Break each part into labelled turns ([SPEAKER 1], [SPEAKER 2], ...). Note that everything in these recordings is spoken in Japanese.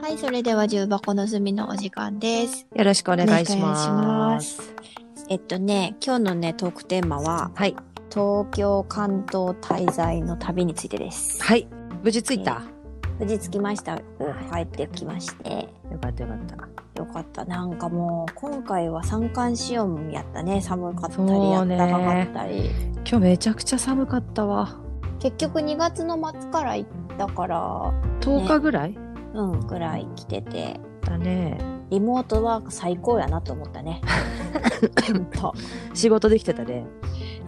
[SPEAKER 1] はい、それでは重箱の隅のお時間です。
[SPEAKER 2] よろしくお願いします。
[SPEAKER 1] お願いしますえっとね、今日のね、トークテーマは、
[SPEAKER 2] はい。
[SPEAKER 1] 東京関東滞在の旅についてです。
[SPEAKER 2] はい。無事着いた、
[SPEAKER 1] 無事着きました。帰ってきまして。
[SPEAKER 2] よかったよかった。
[SPEAKER 1] よかった。なんかもう、今回は三寒四温やったね。寒かったり、あ
[SPEAKER 2] そう
[SPEAKER 1] っ
[SPEAKER 2] ね
[SPEAKER 1] たかかったり。
[SPEAKER 2] 今日めちゃくちゃ寒かったわ。
[SPEAKER 1] 結局2月の末から行ったから、
[SPEAKER 2] 10日ぐらい、
[SPEAKER 1] うん、ぐらい来てて、
[SPEAKER 2] だね。
[SPEAKER 1] リモートワーク最高やなと思った ね。ほんと。
[SPEAKER 2] 仕事できてたね。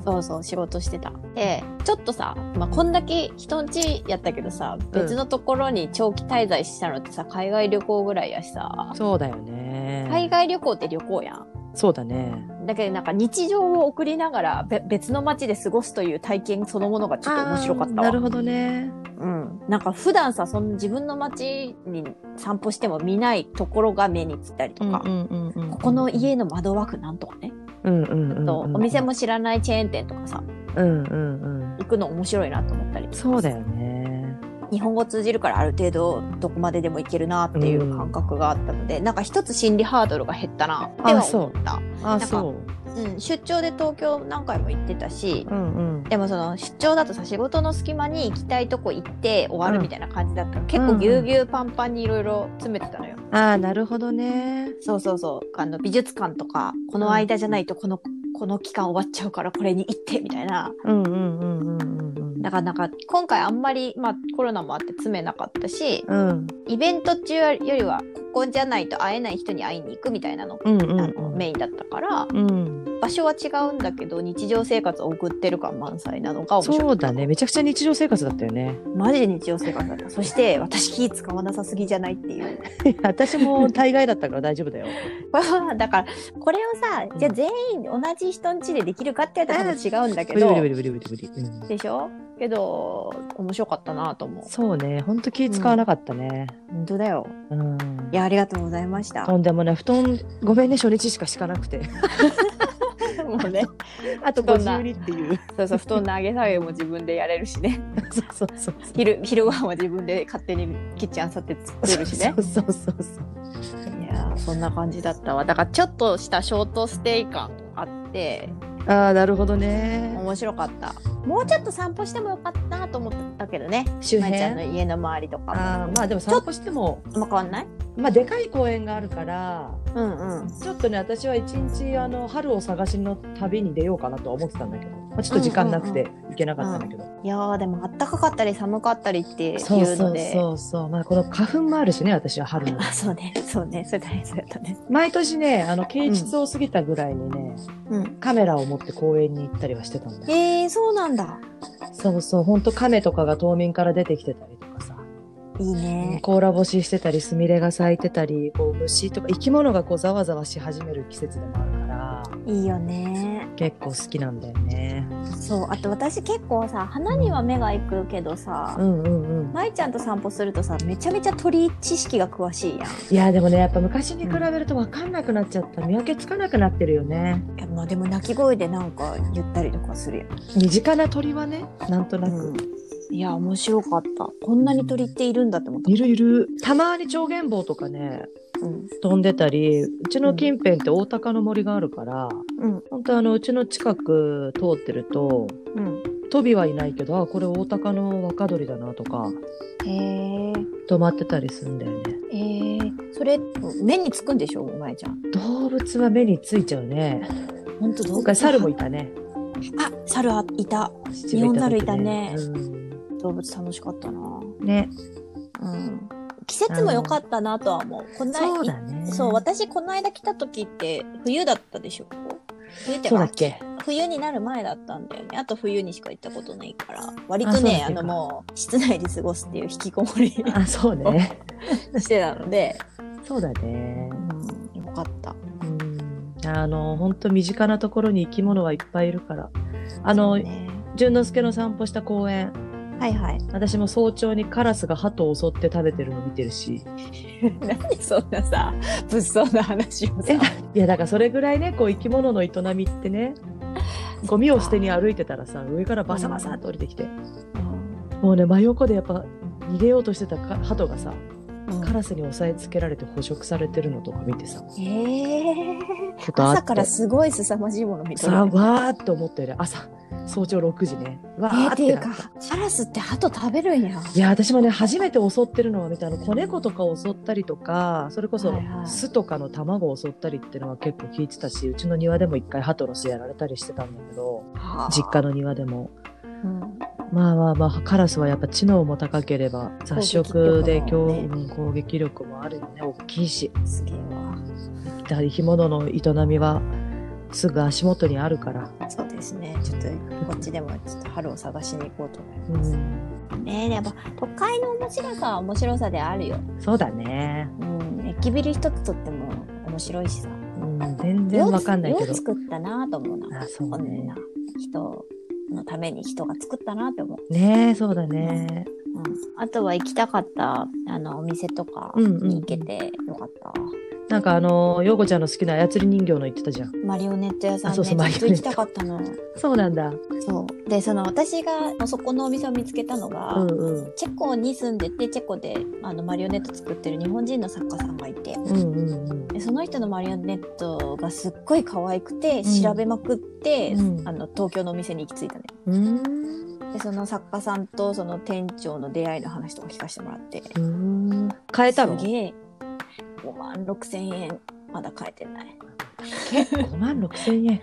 [SPEAKER 1] そうそう、仕事してた。で、ちょっとさ、まあ、こんだけ人んちやったけどさ、別のところに長期滞在したのってさ、海外旅行ぐらいやしさ、
[SPEAKER 2] そうだよね。
[SPEAKER 1] 海外旅行って旅行やん。
[SPEAKER 2] そうだね。
[SPEAKER 1] だけどなんか日常を送りながらべ別の街で過ごすという体験そのものがちょっと面白かった
[SPEAKER 2] な
[SPEAKER 1] わ
[SPEAKER 2] る。ほどね。
[SPEAKER 1] うん。なんか普段さ、その自分の街に散歩しても見ないところが目につったりとか、
[SPEAKER 2] うんうん
[SPEAKER 1] ここの。家の窓枠なんとかね、
[SPEAKER 2] うんうんうん、うん。
[SPEAKER 1] とお店。も知らないチェーン店とかさ、
[SPEAKER 2] うんうんうん。
[SPEAKER 1] 行くの面白いなと思ったりとか
[SPEAKER 2] そうだよね。
[SPEAKER 1] 日本語通じるからある程度どこまででもいけるなっていう感覚があったので、なんか一つ心理ハードルが減ったなっては思った
[SPEAKER 2] あ、
[SPEAKER 1] か
[SPEAKER 2] そう。
[SPEAKER 1] う、ん、出張で東京何回も行ってたし
[SPEAKER 2] うんうん。
[SPEAKER 1] でもその出張だとさ仕事の隙間に行きたいとこ行って終わるみたいな感じだったから、結構ぎゅうぎゅうパンパンにいろいろ詰めてたのよ、
[SPEAKER 2] ああ、なるほどね。
[SPEAKER 1] そうそうそうあの美術館とかこの間じゃないとこのこの期間終わっちゃうからこれに行ってみたいな
[SPEAKER 2] うんうんうんうんうん
[SPEAKER 1] だからなんか今回あんまり、まあ、コロナもあって詰めなかったし、
[SPEAKER 2] うん。うん
[SPEAKER 1] イベント中よりはここじゃないと会えない人に会いに行くみたいなの,、
[SPEAKER 2] うんうん
[SPEAKER 1] あのメインだったから
[SPEAKER 2] うん。
[SPEAKER 1] 場所は違うんだけど日常生活を送ってる感満載なのが面白い
[SPEAKER 2] そうだね。めちゃくちゃ日常生活だったよね。
[SPEAKER 1] マジで日常生活だったそして私火使わなさすぎじゃないっていう
[SPEAKER 2] 私も大概だったから大丈夫 だよ。
[SPEAKER 1] だからこれをさじゃあ全員同じ人ん家でできるかってやったら違うんだけ
[SPEAKER 2] ブリブリブ
[SPEAKER 1] ど
[SPEAKER 2] リブリブリブリ。うん
[SPEAKER 1] でしょけど面白かったなと思う
[SPEAKER 2] そうね。ほんと気使わなかったね。
[SPEAKER 1] 本当だよ
[SPEAKER 2] うん。
[SPEAKER 1] いやありがとうございました
[SPEAKER 2] とんでもない。布団、ごめんね、初日しか敷かなくて。
[SPEAKER 1] もうね
[SPEAKER 2] あと
[SPEAKER 1] 布団な
[SPEAKER 2] 52っていう。
[SPEAKER 1] そうそう布団の上げ下げも自分でやれるしね
[SPEAKER 2] そうそうそう。
[SPEAKER 1] 昼昼ご飯は自分で勝手にキッチンあさって作るしね
[SPEAKER 2] そうそうそうそう。
[SPEAKER 1] いやーそんな感じだったわだからちょっとしたショートステイ感あって
[SPEAKER 2] ああ、なるほどね。
[SPEAKER 1] 面白かったもうちょっと散歩してもよかったなと思ったけどね
[SPEAKER 2] 周
[SPEAKER 1] まい
[SPEAKER 2] 辺。
[SPEAKER 1] ちゃんの
[SPEAKER 2] あ
[SPEAKER 1] 家の周りとかもあ
[SPEAKER 2] あーまあでも散歩しても、
[SPEAKER 1] んま変わんない
[SPEAKER 2] まあでかい公園があるから、
[SPEAKER 1] うんうん
[SPEAKER 2] ちょっとね、私は一日、あの、春を探しの旅に出ようかなとは思ってたんだけど、まあ、ちょっと時間なくて行けなかったんだけど。
[SPEAKER 1] いやーでもあったかかったり寒かったりっていう
[SPEAKER 2] そうそ
[SPEAKER 1] の
[SPEAKER 2] う
[SPEAKER 1] で
[SPEAKER 2] そうそう。まあこの花粉もあるしね、私は春の。
[SPEAKER 1] あそうねそうねそれ大変そうやったね
[SPEAKER 2] 毎年ね、あの、啓実を過ぎたぐらいにね、
[SPEAKER 1] うん
[SPEAKER 2] カメラを持って公園に行ったりはしてたんだよ。
[SPEAKER 1] えー、そうなんだ
[SPEAKER 2] そうそう、ほんと亀とかが冬眠から出てきてたりとかさ、
[SPEAKER 1] いいね
[SPEAKER 2] 甲羅干ししてたり、スミレが咲いてたり、こう虫とか生き物がこうざわざわし始める季節でもあるから、
[SPEAKER 1] いいよね
[SPEAKER 2] 結構好きなんだよね。
[SPEAKER 1] そうあと私結構さ花には目が行くけどさ、
[SPEAKER 2] うんうんうん。
[SPEAKER 1] まいちゃんと散歩するとさめちゃめちゃ鳥知識が詳しいやん
[SPEAKER 2] いや、でもね、やっぱ昔に比べると分かんなくなっちゃった。見分けつかなくなってるよね。
[SPEAKER 1] いやまあでも鳴き声でなんか言ったりとかするやん、
[SPEAKER 2] 身近な鳥はね、なんとなく。
[SPEAKER 1] いや面白かったこんなに鳥っているんだって思っ
[SPEAKER 2] いるいる。たまに長原棒とかね、
[SPEAKER 1] た、うん、
[SPEAKER 2] 飛んでたりうちの近辺って大鷹の森があるから、
[SPEAKER 1] うん
[SPEAKER 2] 本当あのうちの近く通ってるとトビはいないけどあこれ大鷹の若鳥だなとか
[SPEAKER 1] へ
[SPEAKER 2] 止まってたりするんだよね
[SPEAKER 1] えへえそれ目につくんでしょまいちゃん
[SPEAKER 2] 動物は目についちゃうね
[SPEAKER 1] 本当
[SPEAKER 2] 今回猿もいたね
[SPEAKER 1] あ猿あいた
[SPEAKER 2] 秩父行
[SPEAKER 1] 日本猿
[SPEAKER 2] 時
[SPEAKER 1] いたね
[SPEAKER 2] うん
[SPEAKER 1] 動物楽しかったな
[SPEAKER 2] ね
[SPEAKER 1] うん季節も良かったなとは思うこんな
[SPEAKER 2] そうだね
[SPEAKER 1] そう私この間来た時って冬だったでしょ冬って
[SPEAKER 2] そう
[SPEAKER 1] か
[SPEAKER 2] だっけ
[SPEAKER 1] 冬になる前だったんだよねあと冬にしか行ったことないから割
[SPEAKER 2] あ
[SPEAKER 1] と
[SPEAKER 2] そうなん
[SPEAKER 1] ね
[SPEAKER 2] だ
[SPEAKER 1] あのもう室内で過ごすっていう引きこもり
[SPEAKER 2] あそうね
[SPEAKER 1] してたので、
[SPEAKER 2] そうだね
[SPEAKER 1] うん、よかった
[SPEAKER 2] うんあの本当身近なところに生き物はいっぱいいるからあの、
[SPEAKER 1] そうね
[SPEAKER 2] 淳之介の散歩した公園
[SPEAKER 1] はいはい
[SPEAKER 2] 私も早朝にカラスが鳩を襲って食べてるの見てるし。
[SPEAKER 1] 何そんなさ物騒な話をさ
[SPEAKER 2] えいや、だからそれぐらいね、こう生き物の営みってね、ゴミを捨てに歩いてたらさ、上からバサバサって降りてきて、
[SPEAKER 1] うん
[SPEAKER 2] もうね、真横でやっぱ逃げようとしてたか鳩がさ、
[SPEAKER 1] うん
[SPEAKER 2] カラスに押さえつけられて捕食されてるのとか見てさ
[SPEAKER 1] ええ
[SPEAKER 2] ことあって
[SPEAKER 1] 朝からすごい凄まじいもの見と
[SPEAKER 2] さあ
[SPEAKER 1] る。
[SPEAKER 2] わーって思ったより朝早朝6時ねわ
[SPEAKER 1] えー
[SPEAKER 2] ーっ
[SPEAKER 1] って
[SPEAKER 2] て
[SPEAKER 1] いう
[SPEAKER 2] なった、
[SPEAKER 1] か、カラスって鳩食べるんや。
[SPEAKER 2] いや私もね初めて襲ってるのは見たあの子猫とか襲ったりとかそれこそ
[SPEAKER 1] はいはい
[SPEAKER 2] 巣とかの卵を襲ったりっていうのは結構聞いてたしうちの庭でも一回鳩の巣やられたりしてたんだけど実家
[SPEAKER 1] の。
[SPEAKER 2] の庭でも
[SPEAKER 1] うん
[SPEAKER 2] まあまあまあカラスはやっぱ知能も高ければ雑食で
[SPEAKER 1] 攻
[SPEAKER 2] 攻
[SPEAKER 1] 撃力も
[SPEAKER 2] 撃,、攻撃力もあるよね大きいし
[SPEAKER 1] すげえわ。
[SPEAKER 2] やはり干物の営みはすぐ足元にあるから、
[SPEAKER 1] そうですね。ちょっと、こっちでもちょっと春を探しに行こうと思います。
[SPEAKER 2] うん、
[SPEAKER 1] ねえやっぱ都会の面白さは面白さであるよ。
[SPEAKER 2] そうだね、
[SPEAKER 1] うん、駅ビル一つとっても面白いしさ。
[SPEAKER 2] うん、全然わかんないけ
[SPEAKER 1] よ
[SPEAKER 2] ど
[SPEAKER 1] う作ったなと思うな。
[SPEAKER 2] あそう
[SPEAKER 1] こん
[SPEAKER 2] ね
[SPEAKER 1] な人のために人が作ったなって思う。
[SPEAKER 2] ねえそうだね
[SPEAKER 1] うん、あとは行きたかったあのお店とか
[SPEAKER 2] うんうんうん
[SPEAKER 1] に行けてよかった。
[SPEAKER 2] なんかあの陽子ちゃんの好きな操り人形の言ってたじゃん
[SPEAKER 1] マリオネット屋さんね
[SPEAKER 2] あそうそうマリ
[SPEAKER 1] ずっと
[SPEAKER 2] オ
[SPEAKER 1] 行
[SPEAKER 2] ネッ
[SPEAKER 1] き
[SPEAKER 2] ト
[SPEAKER 1] たかったの。
[SPEAKER 2] そうなんだ
[SPEAKER 1] そう。で、その私がそこのお店を見つけたのが、
[SPEAKER 2] うんうん
[SPEAKER 1] チェコに住んでて、チェコであのマリオネット作ってる日本人の作家さんがいて、
[SPEAKER 2] うんうんうん
[SPEAKER 1] でその人のマリオネットがすっごい可愛くて、
[SPEAKER 2] うん
[SPEAKER 1] 調べまくって、
[SPEAKER 2] うん
[SPEAKER 1] あの東京のお店に行き着いたね
[SPEAKER 2] うん
[SPEAKER 1] でその作家さんとその店長の出会いの話とか聞かせてもらって
[SPEAKER 2] うん変えたの
[SPEAKER 1] すげえ5万6千円まだ買えてない
[SPEAKER 2] 5万6千円、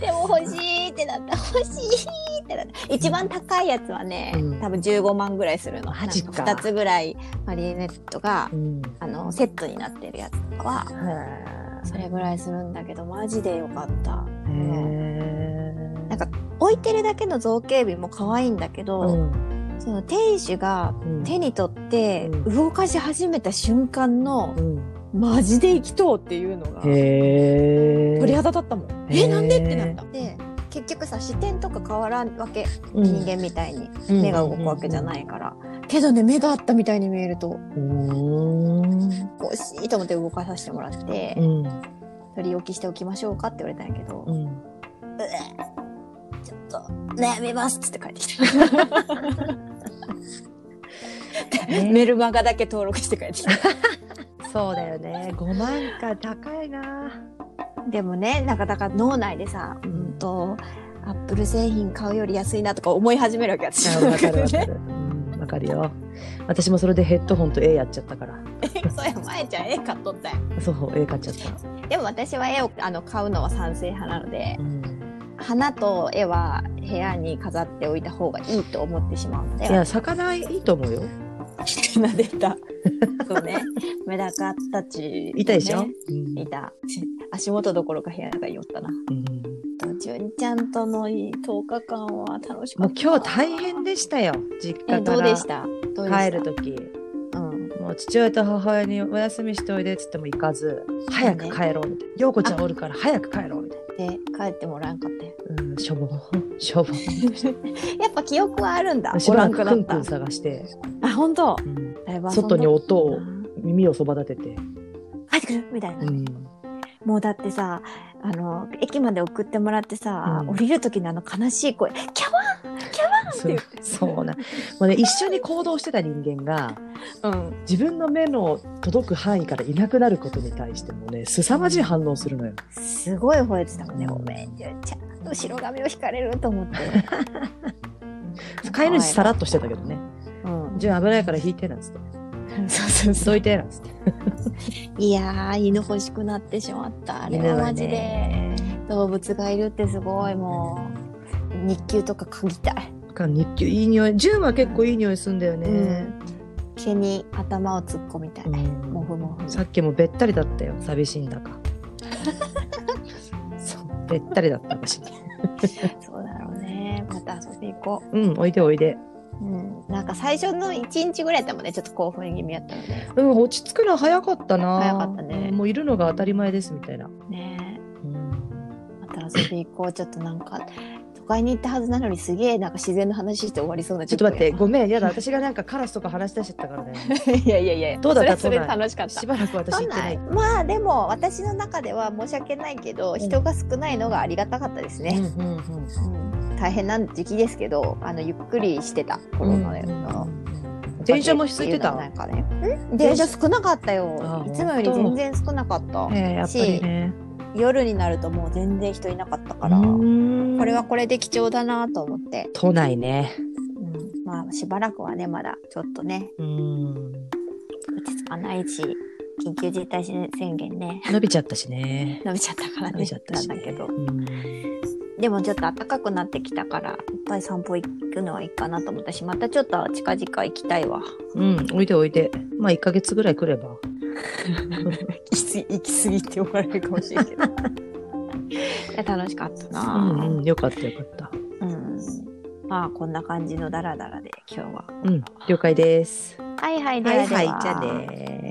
[SPEAKER 1] でも欲しいってなった欲しいってなった一番高いやつはね、
[SPEAKER 2] うん
[SPEAKER 1] 多分15万ぐらいするの
[SPEAKER 2] マジか
[SPEAKER 1] 2つぐらいマリオネットが
[SPEAKER 2] うん、
[SPEAKER 1] あのセットになってるやつとかはそれぐらいするんだけどマジでよかった
[SPEAKER 2] へえ
[SPEAKER 1] なんか置いてるだけの造形美も可愛いんだけ
[SPEAKER 2] う
[SPEAKER 1] ど、
[SPEAKER 2] ん
[SPEAKER 1] その店主が
[SPEAKER 2] うん
[SPEAKER 1] 手に取って
[SPEAKER 2] うん
[SPEAKER 1] 動かし始めた瞬間の
[SPEAKER 2] うん、
[SPEAKER 1] マジで生きとうっていうのが
[SPEAKER 2] へえ
[SPEAKER 1] 鳥肌立ったもん。
[SPEAKER 2] へー
[SPEAKER 1] えなんでってなった。で結局さ視点とか変わらんわけ人間みたいに
[SPEAKER 2] うん
[SPEAKER 1] 目が動くわけじゃないから。けどね目があったみたいに見えると
[SPEAKER 2] うん
[SPEAKER 1] 欲しいと思って動かさせてもらって
[SPEAKER 2] うん
[SPEAKER 1] 取り置きしておきましょうかって言われたんやけど、
[SPEAKER 2] うん
[SPEAKER 1] ちょっと悩みますっつって帰ってきた。メルマガだけ登録して帰ってきた。
[SPEAKER 2] そうだよね5万か高いな
[SPEAKER 1] でもね、なんかだから脳内でさ、う
[SPEAKER 2] うん
[SPEAKER 1] んと、アップル製品買うより安いなとか思い始めるわけ私
[SPEAKER 2] あわかるわ かる、うん、わかるよ私もそれでヘッドホンと絵やっちゃったから
[SPEAKER 1] そうや、まえちゃん絵買っとったやん。
[SPEAKER 2] そう絵買っちゃった、
[SPEAKER 1] でも私は絵をあの買うのは賛成派なので
[SPEAKER 2] う、ん、
[SPEAKER 1] 花と絵は部屋に飾っておいた方がいいと思ってしまうので、
[SPEAKER 2] いや魚いいと思うよ
[SPEAKER 1] 撫で た。そうね。メダカたち、
[SPEAKER 2] いたでしょ、
[SPEAKER 1] ね
[SPEAKER 2] うん
[SPEAKER 1] いた。足元どころか部屋の中に寄ったな。
[SPEAKER 2] うん、
[SPEAKER 1] と純ちゃんとの10日間は楽しか
[SPEAKER 2] も
[SPEAKER 1] っ
[SPEAKER 2] う
[SPEAKER 1] た。
[SPEAKER 2] 今日大変でしたよ実
[SPEAKER 1] え
[SPEAKER 2] 家
[SPEAKER 1] ど
[SPEAKER 2] か
[SPEAKER 1] うでし
[SPEAKER 2] ら
[SPEAKER 1] たどうでした
[SPEAKER 2] 帰る時
[SPEAKER 1] うん。
[SPEAKER 2] もう父親と母親にお休みしておいでっつっても行かず早く帰ろうみたいな陽子ちゃんおるから早く帰ろうみたい
[SPEAKER 1] で、帰ってもらわんかったよ。
[SPEAKER 2] な、うん、しょぼ んしょぼん
[SPEAKER 1] やっぱ記憶はあるんだ。
[SPEAKER 2] し
[SPEAKER 1] お
[SPEAKER 2] ば
[SPEAKER 1] ら
[SPEAKER 2] ら
[SPEAKER 1] んく
[SPEAKER 2] く
[SPEAKER 1] な
[SPEAKER 2] ク
[SPEAKER 1] っ
[SPEAKER 2] ンクン
[SPEAKER 1] た。
[SPEAKER 2] 探して、
[SPEAKER 1] あ、本当。
[SPEAKER 2] うん
[SPEAKER 1] だいぶ遊んだ
[SPEAKER 2] 外に音を
[SPEAKER 1] あ
[SPEAKER 2] 耳をそば立てて、
[SPEAKER 1] 帰ってくるみたいな、
[SPEAKER 2] うん、
[SPEAKER 1] もうだってさ、あの、駅まで送ってもらってさ、
[SPEAKER 2] うん
[SPEAKER 1] 降りる時のあの悲しい声、キャワ
[SPEAKER 2] そ
[SPEAKER 1] 言
[SPEAKER 2] う
[SPEAKER 1] っ
[SPEAKER 2] そうなもうね一緒に行動してた人間が
[SPEAKER 1] うん。
[SPEAKER 2] 自分の目の届く範囲からいなくなることに対してもね凄まじい反応するのよ
[SPEAKER 1] すごい吠えてたもんね。ごめん、じゅんちゃん。後ろ髪を引かれると思って。
[SPEAKER 2] 飼い主さらっとしてたけどね
[SPEAKER 1] うん
[SPEAKER 2] 「じゃあ危ないから引いて」なんつって
[SPEAKER 1] そうそう
[SPEAKER 2] 「
[SPEAKER 1] そう
[SPEAKER 2] どいて」なんつって
[SPEAKER 1] いやー犬欲しくなってしまったあれは
[SPEAKER 2] 犬
[SPEAKER 1] マ
[SPEAKER 2] は
[SPEAKER 1] ジで
[SPEAKER 2] ね
[SPEAKER 1] 動物がいるってすごいもう日給とか嗅ぎたい、
[SPEAKER 2] か日給いい匂いジュンは結構いい匂いすんだよね、
[SPEAKER 1] 毛に頭を突っ込みたい、
[SPEAKER 2] うん
[SPEAKER 1] もふもふに
[SPEAKER 2] さっきもべったりだったよ寂しいん だかそうべったりだった私
[SPEAKER 1] そうだろうねまた遊び行こ
[SPEAKER 2] うんおいでおいで
[SPEAKER 1] う、うん、なんか最初の1日ぐらいだもんねちょっと興奮気味やったので
[SPEAKER 2] うん落ち着くの早かったな
[SPEAKER 1] 早かったね
[SPEAKER 2] もういるのが当たり前ですみたいな、
[SPEAKER 1] ね
[SPEAKER 2] うん、
[SPEAKER 1] また遊び行こうちょっとなんか都会に行ったはずなのにすげえなんか自然の話して終わりそうな
[SPEAKER 2] ちょっと待って
[SPEAKER 1] 10
[SPEAKER 2] ごめんやだ私がなんかカラスとか話し出しちゃったからね
[SPEAKER 1] 分やいやいやいや
[SPEAKER 2] どうだった
[SPEAKER 1] それはそれで
[SPEAKER 2] 都内
[SPEAKER 1] 楽しかった
[SPEAKER 2] しばらく私行ってない
[SPEAKER 1] まあでも私の中では申し訳ないけど
[SPEAKER 2] ん
[SPEAKER 1] 人が少ないのがありがたかったですね、
[SPEAKER 2] うんうんうん
[SPEAKER 1] 大変な時期ですけどあのゆっくりしてたコロナの、
[SPEAKER 2] 電車も空いてた
[SPEAKER 1] なんかね。ん電車少なかった
[SPEAKER 2] あ
[SPEAKER 1] よ。い
[SPEAKER 2] ー
[SPEAKER 1] つもより全然少なかった。
[SPEAKER 2] ええやっぱりね。
[SPEAKER 1] 夜になるともう全然人いなかったから、こ
[SPEAKER 2] こ
[SPEAKER 1] れはこれで貴重だなと思って、
[SPEAKER 2] 都内ね。
[SPEAKER 1] うん、まあしばらくはね、まだちょっとね、
[SPEAKER 2] うん。
[SPEAKER 1] 落ち着かないし、緊急事態宣言ね、
[SPEAKER 2] 伸びちゃったしね。
[SPEAKER 1] 伸びちゃったから
[SPEAKER 2] 伸
[SPEAKER 1] ね、
[SPEAKER 2] びちゃったし、
[SPEAKER 1] な
[SPEAKER 2] ね。
[SPEAKER 1] んだけど
[SPEAKER 2] う。ん
[SPEAKER 1] でもちょっと暖かくなってきたから、いっぱい散歩行くのはいいかなと思ったし、またちょっと近々行きたいわ。
[SPEAKER 2] うん、おいでおいで。まあ、1ヶ月ぐらい来れば。
[SPEAKER 1] 行き過ぎて終わるかもしれないけど。 楽しかった
[SPEAKER 2] う
[SPEAKER 1] な、
[SPEAKER 2] んうん、よかったよかった。
[SPEAKER 1] うんまあこんな感じのダラダラで今日は。
[SPEAKER 2] うん、了解です。
[SPEAKER 1] はいはいで
[SPEAKER 2] は
[SPEAKER 1] はいで
[SPEAKER 2] は
[SPEAKER 1] は。
[SPEAKER 2] い、じゃあね。